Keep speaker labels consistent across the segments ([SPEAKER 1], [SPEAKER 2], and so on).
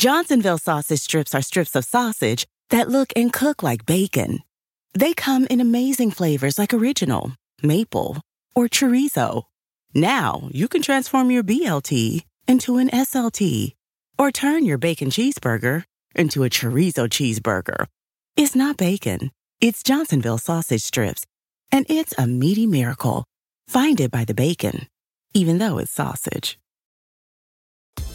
[SPEAKER 1] Johnsonville sausage strips are strips of sausage that look and cook like bacon. They come in amazing flavors like original, maple, or chorizo. Now you can transform your BLT into an SLT or turn your bacon cheeseburger into a chorizo cheeseburger. It's not bacon, it's Johnsonville sausage strips, and it's a meaty miracle. Find it by the bacon, even though it's sausage.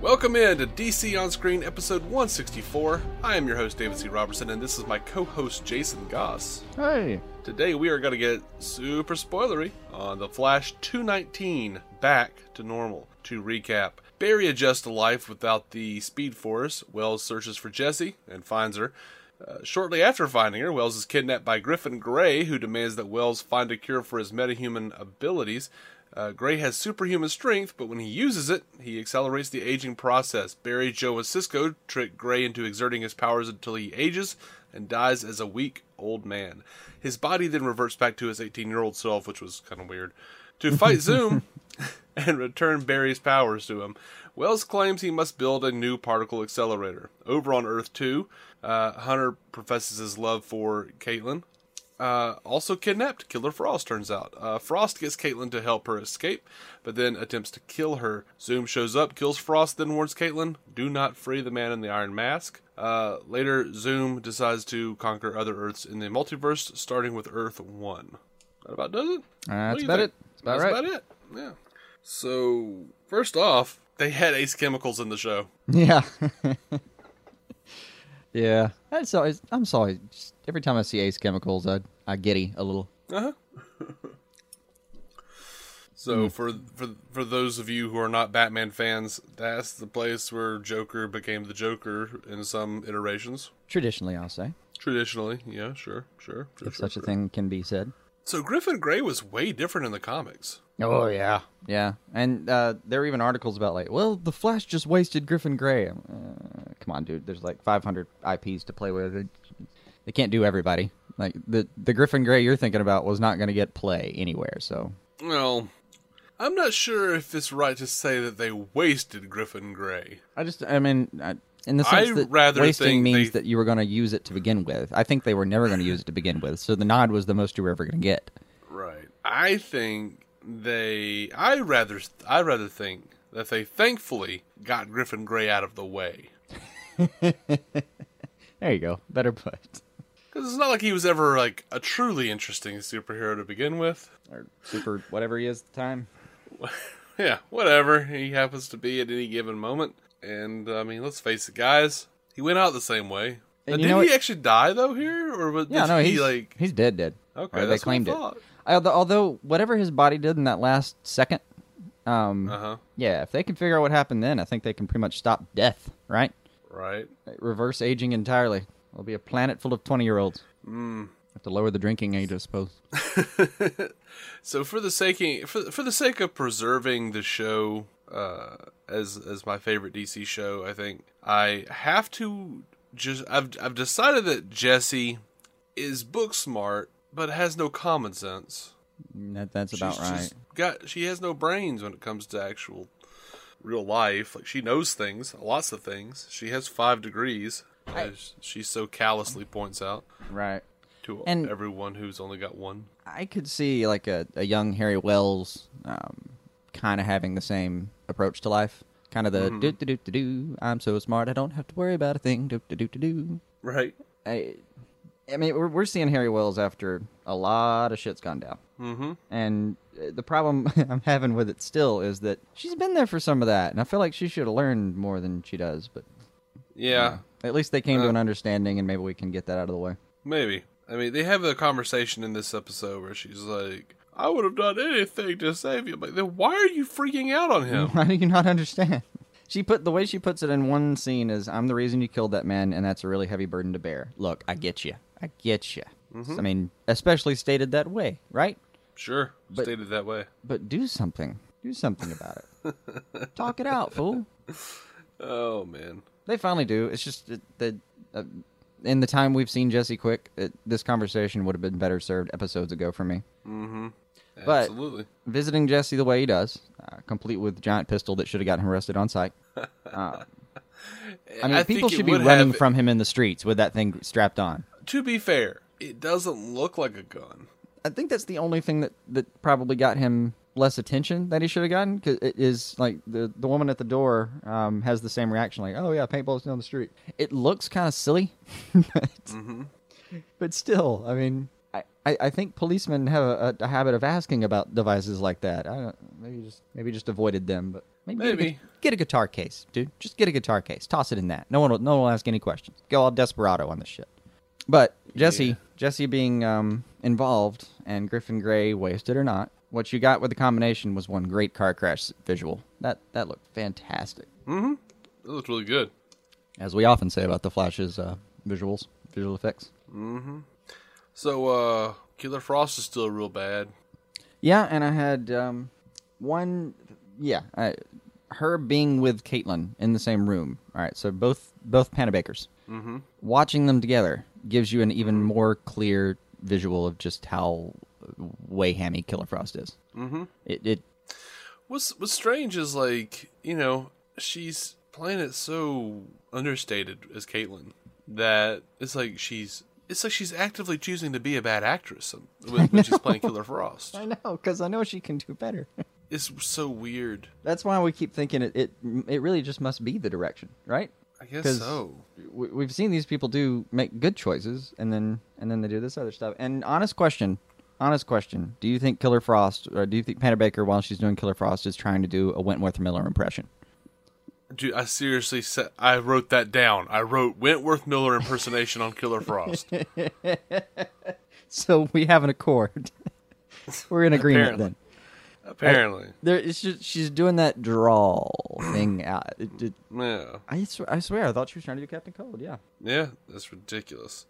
[SPEAKER 2] Welcome in to DC On Screen episode 164. I am your host, David C. Robertson, and this is my co host, Jason Goss.
[SPEAKER 3] Hey.
[SPEAKER 2] Today we are going to get super spoilery on The Flash 219 Back to Normal. To recap, Barry adjusts to life without the Speed Force. Wells searches for Jesse and finds her. Uh, shortly after finding her, Wells is kidnapped by Griffin Gray, who demands that Wells find a cure for his metahuman abilities. Uh, Gray has superhuman strength, but when he uses it, he accelerates the aging process. Barry, Joe, and Cisco trick Gray into exerting his powers until he ages and dies as a weak old man. His body then reverts back to his 18 year old self, which was kind of weird. To fight Zoom and return Barry's powers to him, Wells claims he must build a new particle accelerator. Over on Earth 2, uh, Hunter professes his love for Caitlin, uh, also kidnapped Killer Frost, turns out. Uh, Frost gets Caitlin to help her escape, but then attempts to kill her. Zoom shows up, kills Frost, then warns Caitlin, do not free the man in the Iron Mask. Uh, later, Zoom decides to conquer other Earths in the multiverse, starting with Earth 1. That about does it? What
[SPEAKER 3] That's
[SPEAKER 2] do you
[SPEAKER 3] about
[SPEAKER 2] think?
[SPEAKER 3] it. That's about
[SPEAKER 2] That's
[SPEAKER 3] right.
[SPEAKER 2] about it. Yeah. So, first off, they had Ace Chemicals in the show.
[SPEAKER 3] Yeah. yeah. That's always, I'm sorry. Just every time I see Ace Chemicals, I, I giddy a little.
[SPEAKER 2] Uh-huh. So for for for those of you who are not Batman fans, that's the place where Joker became the Joker in some iterations.
[SPEAKER 3] Traditionally, I'll say,
[SPEAKER 2] Traditionally, yeah, sure, sure, sure,
[SPEAKER 3] if
[SPEAKER 2] sure,
[SPEAKER 3] such a
[SPEAKER 2] sure.
[SPEAKER 3] thing can be said.
[SPEAKER 2] So Griffin Grey was way different in the comics.
[SPEAKER 3] Oh yeah, yeah, and uh, there were even articles about like, well, the Flash just wasted Griffin Grey. I'm, Uh, come on, dude. There's like 500 IPs to play with. They- They can't do everybody. Like the the Griffin Grey you're thinking about was not going to get play anywhere. So
[SPEAKER 2] Well, I'm not sure if it's right to say that they wasted Griffin Grey.
[SPEAKER 3] I just, I mean, I, in the
[SPEAKER 2] I
[SPEAKER 3] sense that
[SPEAKER 2] rather think
[SPEAKER 3] wasting means
[SPEAKER 2] they-
[SPEAKER 3] that you were going to use it to begin with. I think they were never going to use it to begin with. So the nod was the most you were ever going to get.
[SPEAKER 2] Right. I think they. I rather. I rather think that they thankfully got Griffin Grey out of the way.
[SPEAKER 3] There you go. Better put.
[SPEAKER 2] Because it's not like he was ever like a truly interesting superhero to begin with.
[SPEAKER 3] Or super whatever he is at the time.
[SPEAKER 2] Yeah, whatever he happens to be at any given moment. And I mean, let's face it, guys, he went out the same way. Now,
[SPEAKER 3] And you
[SPEAKER 2] did
[SPEAKER 3] know
[SPEAKER 2] he
[SPEAKER 3] what-
[SPEAKER 2] actually die though here, or was
[SPEAKER 3] Yeah,
[SPEAKER 2] did
[SPEAKER 3] no,
[SPEAKER 2] he
[SPEAKER 3] he's
[SPEAKER 2] like?
[SPEAKER 3] he's dead, dead.
[SPEAKER 2] Okay,
[SPEAKER 3] Or they
[SPEAKER 2] that's what I
[SPEAKER 3] claimed
[SPEAKER 2] thought.
[SPEAKER 3] it. Although, although whatever his body did in that last second, um,
[SPEAKER 2] Uh huh.
[SPEAKER 3] yeah, if they can figure out what happened then, I think they can pretty much stop death, right?
[SPEAKER 2] Right.
[SPEAKER 3] Reverse aging entirely. There'll be a planet full of twenty-year-olds. Mm.
[SPEAKER 2] Hmm.
[SPEAKER 3] Have to lower the drinking age, I suppose.
[SPEAKER 2] So for the sake for for the sake of preserving the show uh, as as my favorite DC show, I think I have to just I've I've decided that Jesse is book smart but has no common sense.
[SPEAKER 3] That, that's about
[SPEAKER 2] She's
[SPEAKER 3] right.
[SPEAKER 2] just got she has no brains when it comes to actual real life. Like she knows things, lots of things. She has five degrees. as she so callously points out
[SPEAKER 3] Right.
[SPEAKER 2] to
[SPEAKER 3] And-
[SPEAKER 2] everyone who's only got one.
[SPEAKER 3] I could see like a, a young Harry Wells um, kind of having the same approach to life. Kind of the do do do do do. I'm so smart, I don't have to worry about a thing. Do do do do do.
[SPEAKER 2] Right.
[SPEAKER 3] I, I mean, we're, we're seeing Harry Wells after a lot of shit's gone down. Mm-hmm. And uh, the problem I'm having with it still is that she's been there for some of that, and I feel like she should have learned more than she does. But
[SPEAKER 2] yeah.
[SPEAKER 3] at least they came to an understanding, and maybe we can get that out of the way.
[SPEAKER 2] Maybe. I mean, they have a conversation in this episode where she's like, I would have done anything to save you. But then why are you freaking out on him?
[SPEAKER 3] How do you not understand? She put the way she puts it in one scene is, "I'm the reason you killed that man, and that's a really heavy burden to bear." Look, I get you. I get you. I mean, especially stated that way, right?
[SPEAKER 2] Sure, stated that way.
[SPEAKER 3] But do something. Do something about it. Talk it out, fool.
[SPEAKER 2] Oh man,
[SPEAKER 3] They finally do. It's just that that, uh, in the time we've seen Jesse Quick, it, this conversation would have been better served episodes ago for me. But-
[SPEAKER 2] absolutely.
[SPEAKER 3] Visiting Jesse the way he does, uh, complete with giant pistol that should have gotten him arrested on site. Uh, I mean,
[SPEAKER 2] I
[SPEAKER 3] people
[SPEAKER 2] think it
[SPEAKER 3] should be
[SPEAKER 2] would
[SPEAKER 3] running
[SPEAKER 2] have-
[SPEAKER 3] from him in the streets with that thing strapped on.
[SPEAKER 2] To be fair, it doesn't look like a gun.
[SPEAKER 3] I think that's the only thing that, that probably got him less attention that he should have gotten. Cause it is like the the woman at the door um, has the same reaction, like, "Oh yeah, paintball's down the street." It looks kind of silly, but,
[SPEAKER 2] Mm-hmm.
[SPEAKER 3] but still, I mean, I, I, I think policemen have a, a, a habit of asking about devices like that. I don't maybe just maybe just avoided them, but maybe, get a
[SPEAKER 2] Maybe.
[SPEAKER 3] gu- get a guitar case, dude. Just get a guitar case. Toss it in that. No one will no one will ask any questions. Go all desperado on this shit. But Jesse, Jesse being um, involved and Griffin Gray wasted or not, what you got with the combination was one great car crash visual. That that looked fantastic,
[SPEAKER 2] It looked really good.
[SPEAKER 3] as we often say about the Flash's uh, visuals, visual effects.
[SPEAKER 2] So, uh, Killer Frost is still real bad.
[SPEAKER 3] Yeah, and I had um, one. Yeah, I, her being with Caitlin in the same room. All right, so both both Panabakers. Mm-hmm. Watching them together gives you an even more clear visual of just how way hammy Killer Frost is. Mm-hmm. It, it
[SPEAKER 2] What's What's strange is like you know she's playing it so understated as Caitlyn that it's like she's it's like she's actively choosing to be a bad actress when, when she's playing Killer Frost.
[SPEAKER 3] I know, because I know she can do better.
[SPEAKER 2] It's so weird.
[SPEAKER 3] That's why we keep thinking it, it. It really just must be the direction, right?
[SPEAKER 2] I guess
[SPEAKER 3] 'Cause
[SPEAKER 2] so.
[SPEAKER 3] we- We've seen these people do make good choices, and then and then they do this other stuff. And honest question, honest question: Do you think Killer Frost, or do you think Panda Baker, while she's doing Killer Frost, is trying to do a Wentworth Miller impression?
[SPEAKER 2] Dude, I seriously said I wrote that down. I wrote Wentworth Miller impersonation on Killer Frost.
[SPEAKER 3] So we have an accord. We're in agreement
[SPEAKER 2] Apparently.
[SPEAKER 3] then.
[SPEAKER 2] Apparently,
[SPEAKER 3] There, it's just, she's doing that drawl thing out. It, it,
[SPEAKER 2] yeah,
[SPEAKER 3] I, swear, I swear, I thought she was trying to do Captain Cold. Yeah.
[SPEAKER 2] yeah, that's ridiculous.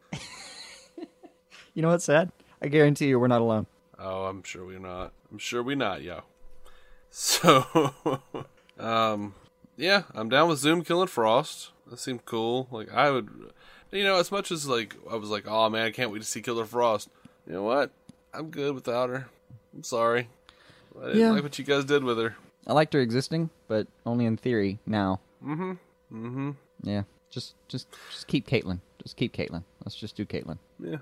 [SPEAKER 3] You know what's sad? I guarantee you, we're not alone.
[SPEAKER 2] Oh, I'm sure we're not. I'm sure we're not, yo. So, um, yeah, I'm down with Zoom killing Frost. That seemed cool. Like I would, you know, as much as like I was like, oh man, I can't wait to see Killer Frost. You know what? I'm good without her. I'm sorry. I didn't
[SPEAKER 3] Yeah.
[SPEAKER 2] like what you guys did with her.
[SPEAKER 3] I liked her existing, but only in theory now. Mm-hmm. Mm-hmm. Yeah. Just just just keep Caitlyn. Just keep Caitlyn. Let's just do Caitlyn.
[SPEAKER 2] Yeah.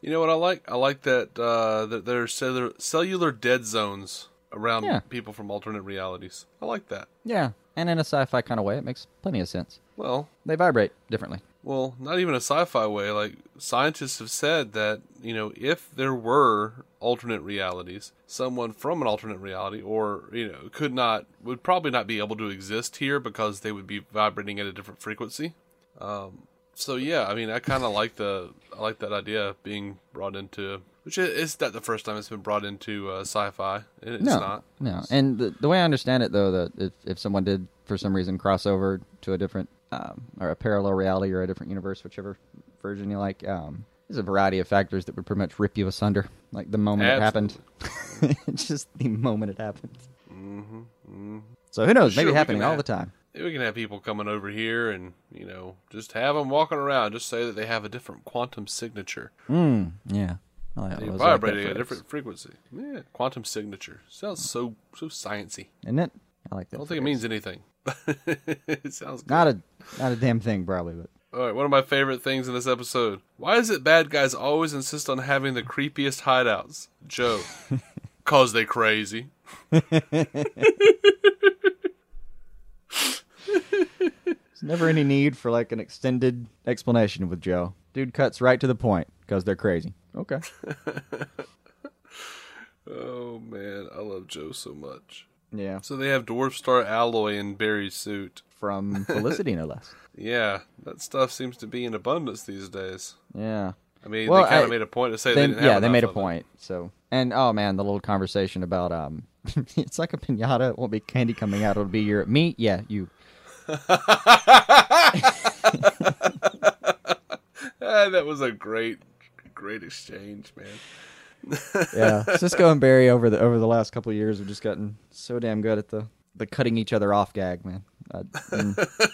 [SPEAKER 2] You know what I like? I like that uh, that there are cellular, cellular dead zones around
[SPEAKER 3] Yeah.
[SPEAKER 2] people from alternate realities. I like that.
[SPEAKER 3] Yeah. And in a sci-fi kind of way, it makes plenty of sense.
[SPEAKER 2] Well,
[SPEAKER 3] They vibrate differently.
[SPEAKER 2] Well, not even a sci-fi way. Like scientists have said that you know, if there were alternate realities, someone from an alternate reality, or you know, could not would probably not be able to exist here because they would be vibrating at a different frequency. Um, so yeah, I mean, I kind of like the I like that idea of being brought into, which i- it's not the first time it's been brought into uh, sci-fi. It, it's
[SPEAKER 3] no,
[SPEAKER 2] not.
[SPEAKER 3] no. And the, the way I understand it, though, that if, if someone did for some reason cross over to a different um, or a parallel reality or a different universe, whichever version you like, um, there's a variety of factors that would pretty much rip you asunder. Like the moment it happened, just the moment it happened. Mm-hmm. So who
[SPEAKER 2] Mm-hmm. Sure,
[SPEAKER 3] knows? Maybe
[SPEAKER 2] we
[SPEAKER 3] happening
[SPEAKER 2] can
[SPEAKER 3] all
[SPEAKER 2] add-
[SPEAKER 3] the time.
[SPEAKER 2] We can have people coming over here and, you know, just have them walking around. Just say that they have a different quantum signature.
[SPEAKER 3] Yeah. I
[SPEAKER 2] They
[SPEAKER 3] always like that
[SPEAKER 2] vibrate at a
[SPEAKER 3] phrase.
[SPEAKER 2] different frequency. Yeah, quantum signature. Sounds so so sciency.
[SPEAKER 3] Isn't it? I like
[SPEAKER 2] I
[SPEAKER 3] that.
[SPEAKER 2] don't think it means anything. it sounds good.
[SPEAKER 3] not a not a damn thing probably, but
[SPEAKER 2] All right, one of my favorite things in this episode. Why is it bad guys always insist on having the creepiest hideouts? Joe, cause they crazy.
[SPEAKER 3] there's never any need for like an extended explanation with Joe. Dude cuts right to the point because they're crazy. Okay.
[SPEAKER 2] Oh man, I love Joe so much.
[SPEAKER 3] Yeah.
[SPEAKER 2] So they have dwarf star alloy in Barry's suit.
[SPEAKER 3] From Felicity, no less.
[SPEAKER 2] Yeah, that stuff seems to be in abundance these days.
[SPEAKER 3] Yeah.
[SPEAKER 2] I mean,
[SPEAKER 3] Well,
[SPEAKER 2] they kind
[SPEAKER 3] I-
[SPEAKER 2] of made a point to say they,
[SPEAKER 3] They-
[SPEAKER 2] didn't have
[SPEAKER 3] yeah, they
[SPEAKER 2] enough
[SPEAKER 3] made a
[SPEAKER 2] of it.
[SPEAKER 3] point. So, and oh man, the little conversation about um, it's like a pinata. It won't be candy coming out. It'll be your me. Yeah, you.
[SPEAKER 2] Ah, that was a great, great exchange, man.
[SPEAKER 3] Yeah, Cisco and Barry over the over the last couple of years have just gotten so damn good at the the cutting each other off gag, man. Uh, mm,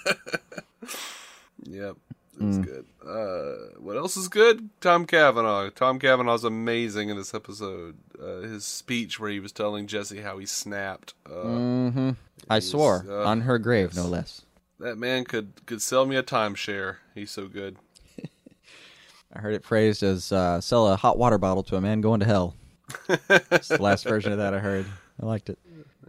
[SPEAKER 2] Yep, it
[SPEAKER 3] Hmm.
[SPEAKER 2] was good. Uh, what else is good? Tom Cavanaugh. Tom Cavanaugh's amazing in this episode. Uh, his speech where he was telling Jesse how he snapped. Uh,
[SPEAKER 3] Hmm. I swore
[SPEAKER 2] uh,
[SPEAKER 3] on her grave, no less.
[SPEAKER 2] That man could could sell me a timeshare. He's so good.
[SPEAKER 3] I heard it phrased as uh, "sell a hot water bottle to a man going to hell." It's the last version of that I heard. I liked it.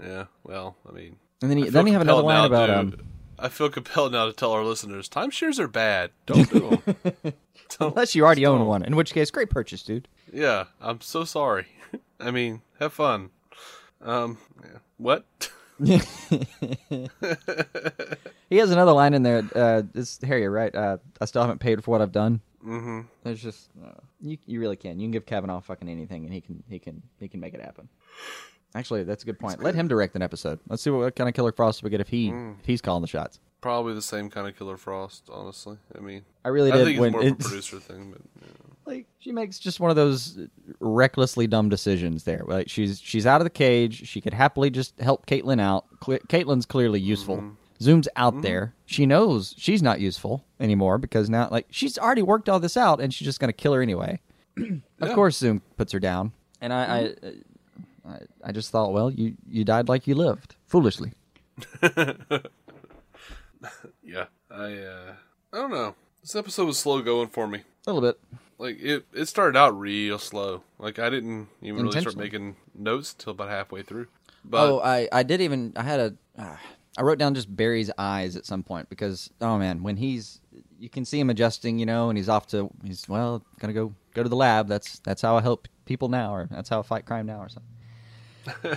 [SPEAKER 2] Yeah. Well, I mean,
[SPEAKER 3] And then
[SPEAKER 2] I
[SPEAKER 3] he,
[SPEAKER 2] feel
[SPEAKER 3] then you have another
[SPEAKER 2] compelled
[SPEAKER 3] line
[SPEAKER 2] now
[SPEAKER 3] about
[SPEAKER 2] to-
[SPEAKER 3] um,
[SPEAKER 2] I feel compelled now to tell our listeners timeshares are bad. Don't do them.
[SPEAKER 3] unless you already own one, in which case, great purchase, dude.
[SPEAKER 2] Yeah, I'm so sorry. I mean, have fun. Um, yeah. what?
[SPEAKER 3] He has another line in there. Uh, it's Harry, right? Uh, I still haven't paid for what I've done. Mm-hmm. There's just uh, you. You really can. You can give Kavanaugh fucking anything, and he can. He can. He can make it happen. Actually, that's a good point. Let him direct an episode. Let's see what kind of Killer Frost we get if he
[SPEAKER 2] Mm.
[SPEAKER 3] if he's calling the shots.
[SPEAKER 2] Probably the same kind of Killer Frost, honestly. I mean,
[SPEAKER 3] I really
[SPEAKER 2] I
[SPEAKER 3] did
[SPEAKER 2] think it's
[SPEAKER 3] when
[SPEAKER 2] more of a
[SPEAKER 3] it's-
[SPEAKER 2] producer thing, but yeah.
[SPEAKER 3] like she makes just one of those recklessly dumb decisions there. Like she's she's out of the cage. She could happily just help Caitlin out. Cle- Caitlin's clearly useful. Zoom's out there. She knows she's not useful anymore because now like she's already worked all this out and she's just gonna kill her anyway. of course, Zoom puts her down. And I, I I I just thought, well, you you died like you lived foolishly.
[SPEAKER 2] yeah. I uh, I don't know. This episode was slow going for me.
[SPEAKER 3] A little bit.
[SPEAKER 2] Like it, it started out real slow. Like I didn't even really start
[SPEAKER 3] Intentionally.
[SPEAKER 2] making notes until about halfway through. But
[SPEAKER 3] oh, I, I did even I had a uh, I wrote down just Barry's eyes at some point because oh man, when he's you can see him adjusting, you know, and he's off to he's well gonna go go to the lab. That's that's how I help people now, or that's how I fight crime now, or something.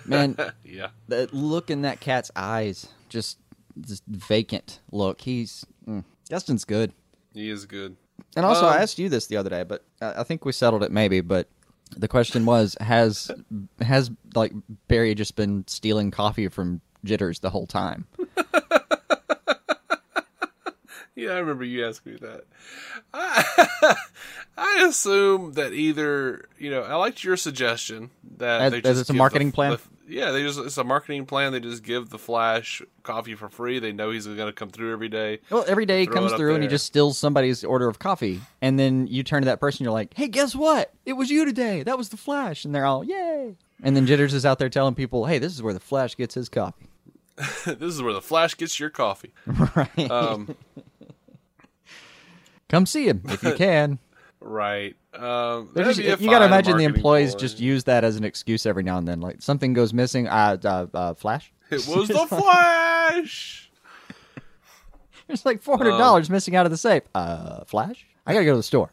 [SPEAKER 3] Man,
[SPEAKER 2] yeah,
[SPEAKER 3] the look in that cat's eyes, just this vacant look. He's mm, Justin's good.
[SPEAKER 2] he is good.
[SPEAKER 3] And also,
[SPEAKER 2] Um,
[SPEAKER 3] I asked you this the other day, but I I think we settled it maybe. But the question was: Has has like Barry just been stealing coffee from Jitters the whole time?
[SPEAKER 2] Yeah, I remember you asking me that. I, I assume that either you know, I liked your suggestion that
[SPEAKER 3] As-
[SPEAKER 2] they
[SPEAKER 3] as
[SPEAKER 2] just
[SPEAKER 3] it's a
[SPEAKER 2] give the-
[SPEAKER 3] marketing plan?
[SPEAKER 2] the- yeah, they just it's a marketing plan. They just give the Flash coffee for free. They know he's going to come through every day.
[SPEAKER 3] Well, every day he
[SPEAKER 2] Throw
[SPEAKER 3] comes
[SPEAKER 2] it up
[SPEAKER 3] through and he
[SPEAKER 2] there.
[SPEAKER 3] just steals somebody's order of coffee, and then you turn to that person, you're like, "Hey, guess what? It was you today. That was the Flash," and they're all, "Yay!" And then Jitters is out there telling people, "Hey, this is where the Flash gets his coffee."
[SPEAKER 2] this is where the Flash gets your coffee.
[SPEAKER 3] Right?
[SPEAKER 2] Um,
[SPEAKER 3] Come see him if you can.
[SPEAKER 2] right. Um,
[SPEAKER 3] They're
[SPEAKER 2] that'd
[SPEAKER 3] just-
[SPEAKER 2] be a
[SPEAKER 3] you got to
[SPEAKER 2] fine
[SPEAKER 3] imagine the
[SPEAKER 2] marketing
[SPEAKER 3] employees
[SPEAKER 2] ploy.
[SPEAKER 3] just use that as an excuse every now and then. Like something goes missing. Uh, uh, uh flash.
[SPEAKER 2] It was the Flash.
[SPEAKER 3] There's like four hundred dollars missing out of the safe. Uh, flash. I gotta go to the store.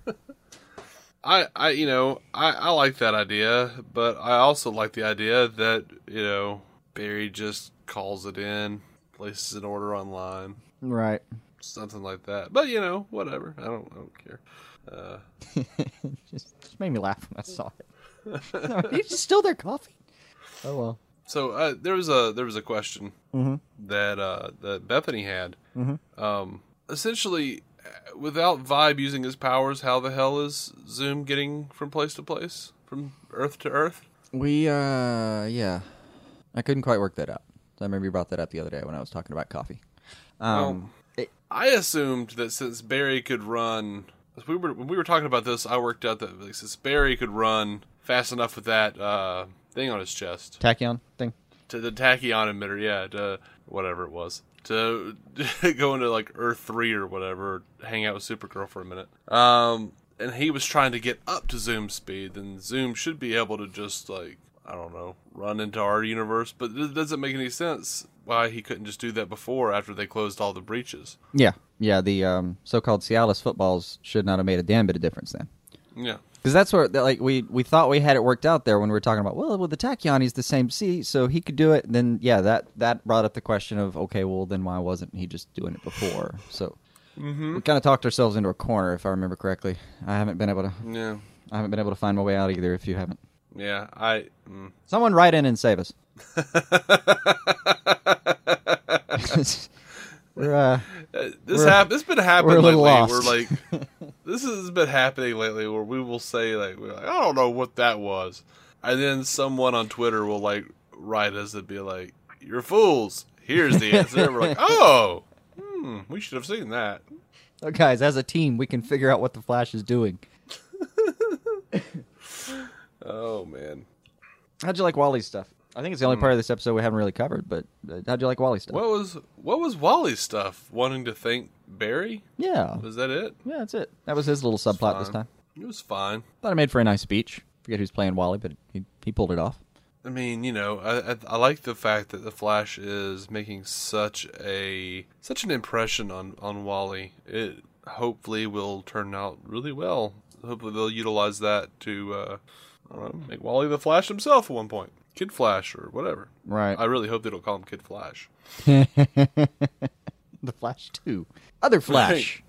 [SPEAKER 2] I, I, you know, I, I like that idea, but I also like the idea that you know Barry just calls it in, places an order online,
[SPEAKER 3] right.
[SPEAKER 2] something like that. But you know, whatever. I don't, I don't care.
[SPEAKER 3] Just, just made me laugh when I saw it. you just steal their coffee. Oh well.
[SPEAKER 2] So uh, there was a there was a question that uh, that Bethany had. Um, essentially, uh, without Vibe using his powers, how the hell is Zoom getting from place to place, from Earth to Earth?
[SPEAKER 3] We uh yeah. I couldn't quite work that out. I remember you brought that up the other day when I was talking about coffee. Um,
[SPEAKER 2] I assumed that since Barry could run, as we were when we were talking about this, I worked out that like, since Barry could run fast enough with that uh, thing on his chest
[SPEAKER 3] tachyon thing.
[SPEAKER 2] to the tachyon emitter, yeah, to whatever it was, to go into like Earth three or whatever, hang out with Supergirl for a minute. Um, and he was trying to get up to Zoom speed, then Zoom should be able to just like I don't know, run into our universe. But it doesn't make any sense why he couldn't just do that before after they closed all the breaches.
[SPEAKER 3] Yeah, yeah. The um, so-called Cialis footballs should not have made a damn bit of difference then.
[SPEAKER 2] Yeah.
[SPEAKER 3] Because that's where, that, like, we we thought we had it worked out there when we were talking about, well, with the tachyon, he's the same C, so he could do it. And then, yeah, that that brought up the question of, okay, well, then why wasn't he just doing it before? So, We kind of talked ourselves into a corner, if I remember correctly. I haven't been able to.
[SPEAKER 2] Yeah.
[SPEAKER 3] I haven't been able to find my way out either. If you haven't,
[SPEAKER 2] Yeah. I. Mm.
[SPEAKER 3] someone write in and save us. We're, uh,
[SPEAKER 2] Uh, This
[SPEAKER 3] We're-
[SPEAKER 2] hap- This been happening
[SPEAKER 3] we're a
[SPEAKER 2] lately.
[SPEAKER 3] little
[SPEAKER 2] We're like,
[SPEAKER 3] lost.
[SPEAKER 2] this has been happening lately, where we will say like, we're like, I don't know what that was, and then someone on Twitter will like write us and be like, "You're fools. Here's the answer." we're like, "Oh, hmm, we should have seen that."
[SPEAKER 3] Oh, guys, as a team, we can figure out what the Flash is doing.
[SPEAKER 2] Oh man.
[SPEAKER 3] How'd you like Wally's stuff? I think it's the only
[SPEAKER 2] Hmm.
[SPEAKER 3] part of this episode we haven't really covered. But uh, how'd you like Wally's stuff?
[SPEAKER 2] What was what was Wally's stuff? Wanting to thank Barry?
[SPEAKER 3] yeah,
[SPEAKER 2] Was that it?
[SPEAKER 3] yeah, that's it. That was his little subplot this time.
[SPEAKER 2] It was fine.
[SPEAKER 3] Thought it made for a nice speech. Forget who's playing Wally, but he he pulled it off.
[SPEAKER 2] I mean, you know, I, I I like the fact that the Flash is making such a such an impression on on Wally. It hopefully will turn out really well. Hopefully they'll utilize that to uh, I don't know, make Wally the Flash himself at one point, Kid Flash or whatever.
[SPEAKER 3] Right.
[SPEAKER 2] I really hope they don't call him Kid Flash.
[SPEAKER 3] The Flash Two, other Flash.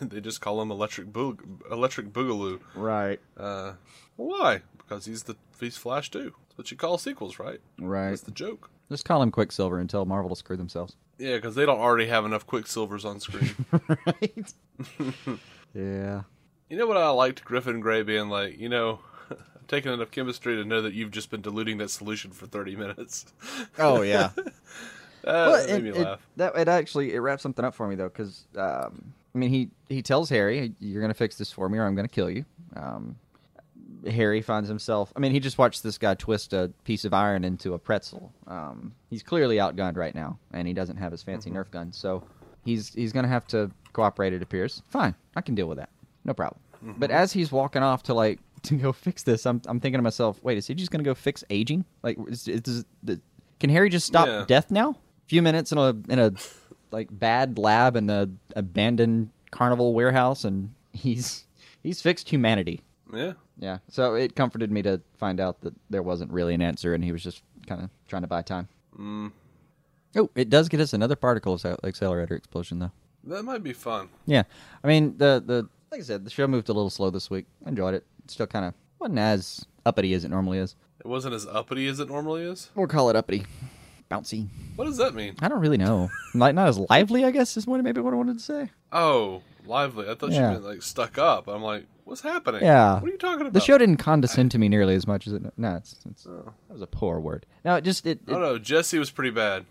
[SPEAKER 2] they just call him Electric Boog- Electric Boogaloo.
[SPEAKER 3] Right.
[SPEAKER 2] Uh, why? Because he's the he's Flash too. That's what you call sequels, right?
[SPEAKER 3] Right.
[SPEAKER 2] That's the joke.
[SPEAKER 3] Just call him Quicksilver and tell Marvel to screw themselves.
[SPEAKER 2] Yeah, because they don't already have enough Quicksilvers on screen.
[SPEAKER 3] Right. yeah.
[SPEAKER 2] You know what I liked Griffin Gray being like, you know, I've taken enough chemistry to know that you've just been diluting that solution for 30 minutes.
[SPEAKER 3] Oh yeah.
[SPEAKER 2] Uh, that
[SPEAKER 3] Well,
[SPEAKER 2] made
[SPEAKER 3] it,
[SPEAKER 2] me
[SPEAKER 3] it-
[SPEAKER 2] laugh.
[SPEAKER 3] that it actually it wraps something up for me though, because um, I mean he he tells Harry you're gonna fix this for me or I'm gonna kill you. Um, Harry finds himself. I mean he just watched this guy twist a piece of iron into a pretzel. Um, he's clearly outgunned right now, and he doesn't have his fancy Nerf gun, so he's he's gonna have to cooperate. It appears. Fine, I can deal with that. No problem. But as he's walking off to like to go fix this, I'm I'm thinking to myself, wait, is he just gonna go fix aging? Like, is, is, is, can Harry just stop
[SPEAKER 2] Yeah.
[SPEAKER 3] death now? A few minutes in a in a like bad lab in a abandoned carnival warehouse, and he's he's fixed humanity.
[SPEAKER 2] Yeah.
[SPEAKER 3] Yeah, so it comforted me to find out that there wasn't really an answer, and he was just kind of trying to buy time.
[SPEAKER 2] Mm.
[SPEAKER 3] Oh, it does get us another particle ac- accelerator explosion, though.
[SPEAKER 2] That might be fun.
[SPEAKER 3] Yeah, I mean the the like I said, the show moved a little slow this week. I enjoyed it. Still kind of wasn't as uppity as it normally is.
[SPEAKER 2] It wasn't as uppity as it normally is.
[SPEAKER 3] We'll call it uppity, bouncy.
[SPEAKER 2] What does that mean?
[SPEAKER 3] I don't really know. like not as lively, I guess is what maybe what I wanted to say.
[SPEAKER 2] Oh, lively. I thought
[SPEAKER 3] Yeah.
[SPEAKER 2] you meant like stuck up. I'm like, what's happening?
[SPEAKER 3] Yeah.
[SPEAKER 2] What are you talking about? Oh.
[SPEAKER 3] The show didn't condescend to me nearly as much as it. No, it's, it's that was a poor word. No, it just it.
[SPEAKER 2] I
[SPEAKER 3] it
[SPEAKER 2] don't know. Jesse was pretty bad.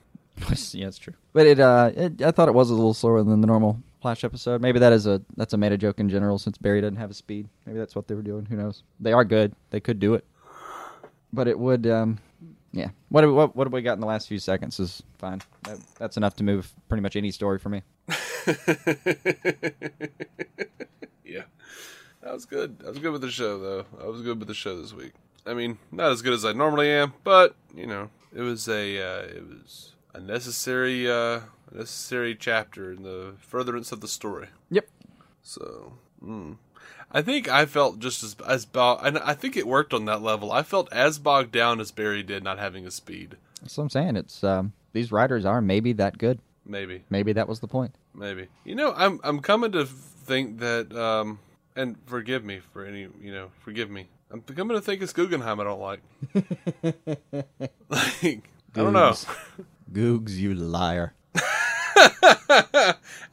[SPEAKER 3] was, yeah, it's true. But it uh, it, I thought it was a little slower than the normal Flash episode. Maybe that is a that's a meta joke in general since Barry doesn't have his speed. Maybe that's what they were doing. Who knows? They are good. They could do it. But it would um, yeah. What have- what what have we got in the last few seconds is fine. That, that's enough to move pretty much any story for me.
[SPEAKER 2] Yeah. That was good. I was good with the show though. I was good with the show this week. I mean, not as good as I normally am, but you know, it was a uh, it was a necessary uh a necessary chapter in the furtherance of the story.
[SPEAKER 3] Yep.
[SPEAKER 2] So, mm. I think I felt just as as bo- and I think it worked on that level. I felt as bogged down as Barry did not having his speed.
[SPEAKER 3] That's what I'm saying. It's um, these writers are maybe that good.
[SPEAKER 2] Maybe.
[SPEAKER 3] Maybe that was the point.
[SPEAKER 2] Maybe. You know, I'm I'm coming to think that um and forgive me for any you know, forgive me. I'm coming to think it's Guggenheim I don't like. like I don't know.
[SPEAKER 3] Googs, you liar.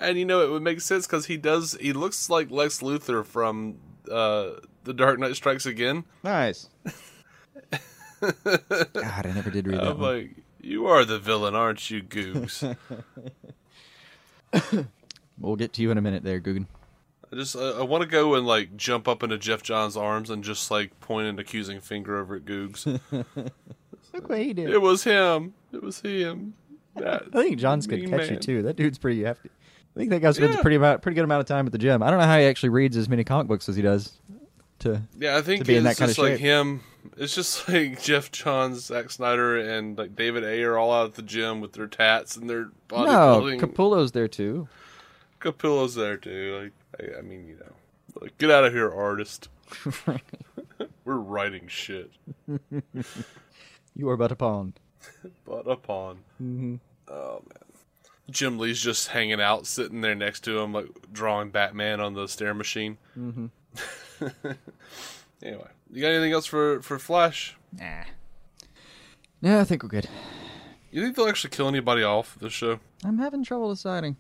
[SPEAKER 2] And you know it would make sense cuz he does he looks like Lex Luthor from uh The Dark Knight Strikes Again.
[SPEAKER 3] Nice. God, I never did read that
[SPEAKER 2] I'm
[SPEAKER 3] one.
[SPEAKER 2] like you are the villain, aren't you, Googs?
[SPEAKER 3] We'll get to you in a minute there, Googan.
[SPEAKER 2] I just I, I want to go and like jump up into Jeff John's arms and just like point an accusing finger over at Googs.
[SPEAKER 3] Look what he did.
[SPEAKER 2] it was him. It was him. That-
[SPEAKER 3] I think John's could
[SPEAKER 2] mean
[SPEAKER 3] catch you
[SPEAKER 2] man.
[SPEAKER 3] too. That dudude's pretty hefty. I think that guy spends
[SPEAKER 2] Yeah.
[SPEAKER 3] a pretty amount, pretty good amount of time at the gym. I don't know how he actually reads as many comic books as he does. To
[SPEAKER 2] Yeah, I think
[SPEAKER 3] be in
[SPEAKER 2] it's
[SPEAKER 3] that kind of
[SPEAKER 2] just like
[SPEAKER 3] shape.
[SPEAKER 2] him. It's just like Jeff Johns, Zack Snyder, and like David Ayer all out at the gym with their tats and their
[SPEAKER 3] no,
[SPEAKER 2] bodybuilding.
[SPEAKER 3] Capullo's there too.
[SPEAKER 2] Capillo's there too. Like, I, I mean, you know, like, get out of here, artist. We're writing shit.
[SPEAKER 3] You are but a pawn. Mm-hmm.
[SPEAKER 2] But upon. Oh man, Jim Lee's just hanging out, sitting there next to him, like drawing Batman on the stair machine. Mm-hmm. anyway, you got anything else for for Flash?
[SPEAKER 3] Nah. No, I think we're good.
[SPEAKER 2] You think they'll actually kill anybody off this show?
[SPEAKER 3] I'm having trouble deciding.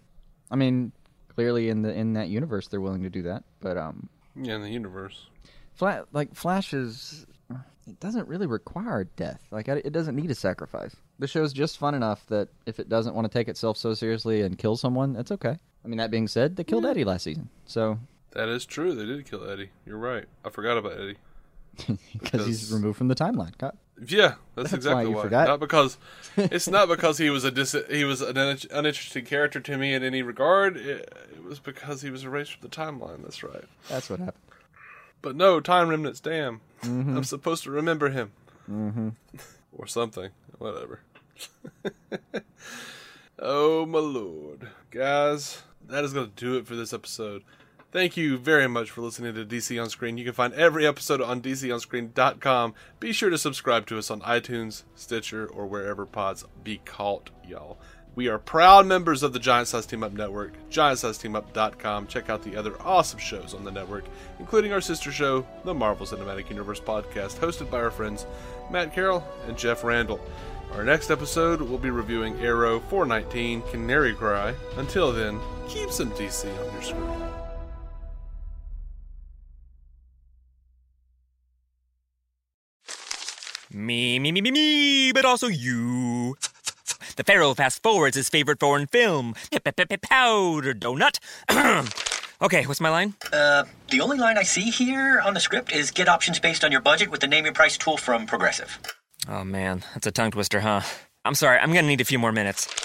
[SPEAKER 3] I mean, clearly in the in that universe they're willing to do that, but um,
[SPEAKER 2] Yeah, in the universe.
[SPEAKER 3] flat like Flash is it doesn't really require death. Like I- it doesn't need a sacrifice. The show's just fun enough that if it doesn't want to take itself so seriously and kill someone, that's okay. I mean, that being said, they killed Eddie last season, so
[SPEAKER 2] That is true. They did kill Eddie. You're right. I forgot about Eddie.
[SPEAKER 3] because he's
[SPEAKER 2] Because-
[SPEAKER 3] removed from the timeline. God.
[SPEAKER 2] Yeah, that's, exactly
[SPEAKER 3] why you
[SPEAKER 2] why.
[SPEAKER 3] forgot.
[SPEAKER 2] Not because it's not because he was a dis- he was an un- uninteresting character to me in any regard. It, it was because he was erased from the timeline. That's right.
[SPEAKER 3] That's what happened.
[SPEAKER 2] But no, time remnants. Damn,
[SPEAKER 3] Mm-hmm.
[SPEAKER 2] I'm supposed to remember him, mm-hmm. or something. Whatever. oh my lord, guys, that is going to do it for this episode. Thank you very much for listening to DC On Screen. You can find every episode on DCOnScreen.com. Be sure to subscribe to us on iTunes, Stitcher, or wherever pods be caught, y'all. We are proud members of the Giant Size Team Up Network, GiantSizeTeamUp.com. Check out the other awesome shows on the network, including our sister show, the Marvel Cinematic Universe podcast, hosted by our friends Matt Carroll and Jeff Randall. Our next episode, we'll be reviewing Arrow 419 Canary Cry. Until then, keep some DC on your screen.
[SPEAKER 4] Me, me, me, me, me, but also you. The Pharaoh fast forwards his favorite foreign film, Powder Donut. okay, what's my line?
[SPEAKER 5] Uh, the only line I see here on the script is get options based on your budget with the name your price tool from Progressive.
[SPEAKER 4] Oh man, that's a tongue twister, huh? I'm sorry, I'm gonna need a few more minutes.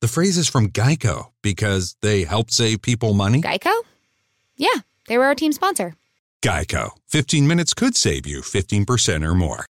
[SPEAKER 6] The phrase is from Geico because they help save people money.
[SPEAKER 7] Geico? Yeah, they were our team sponsor.
[SPEAKER 6] Geico. 15 minutes could save you 15% or more.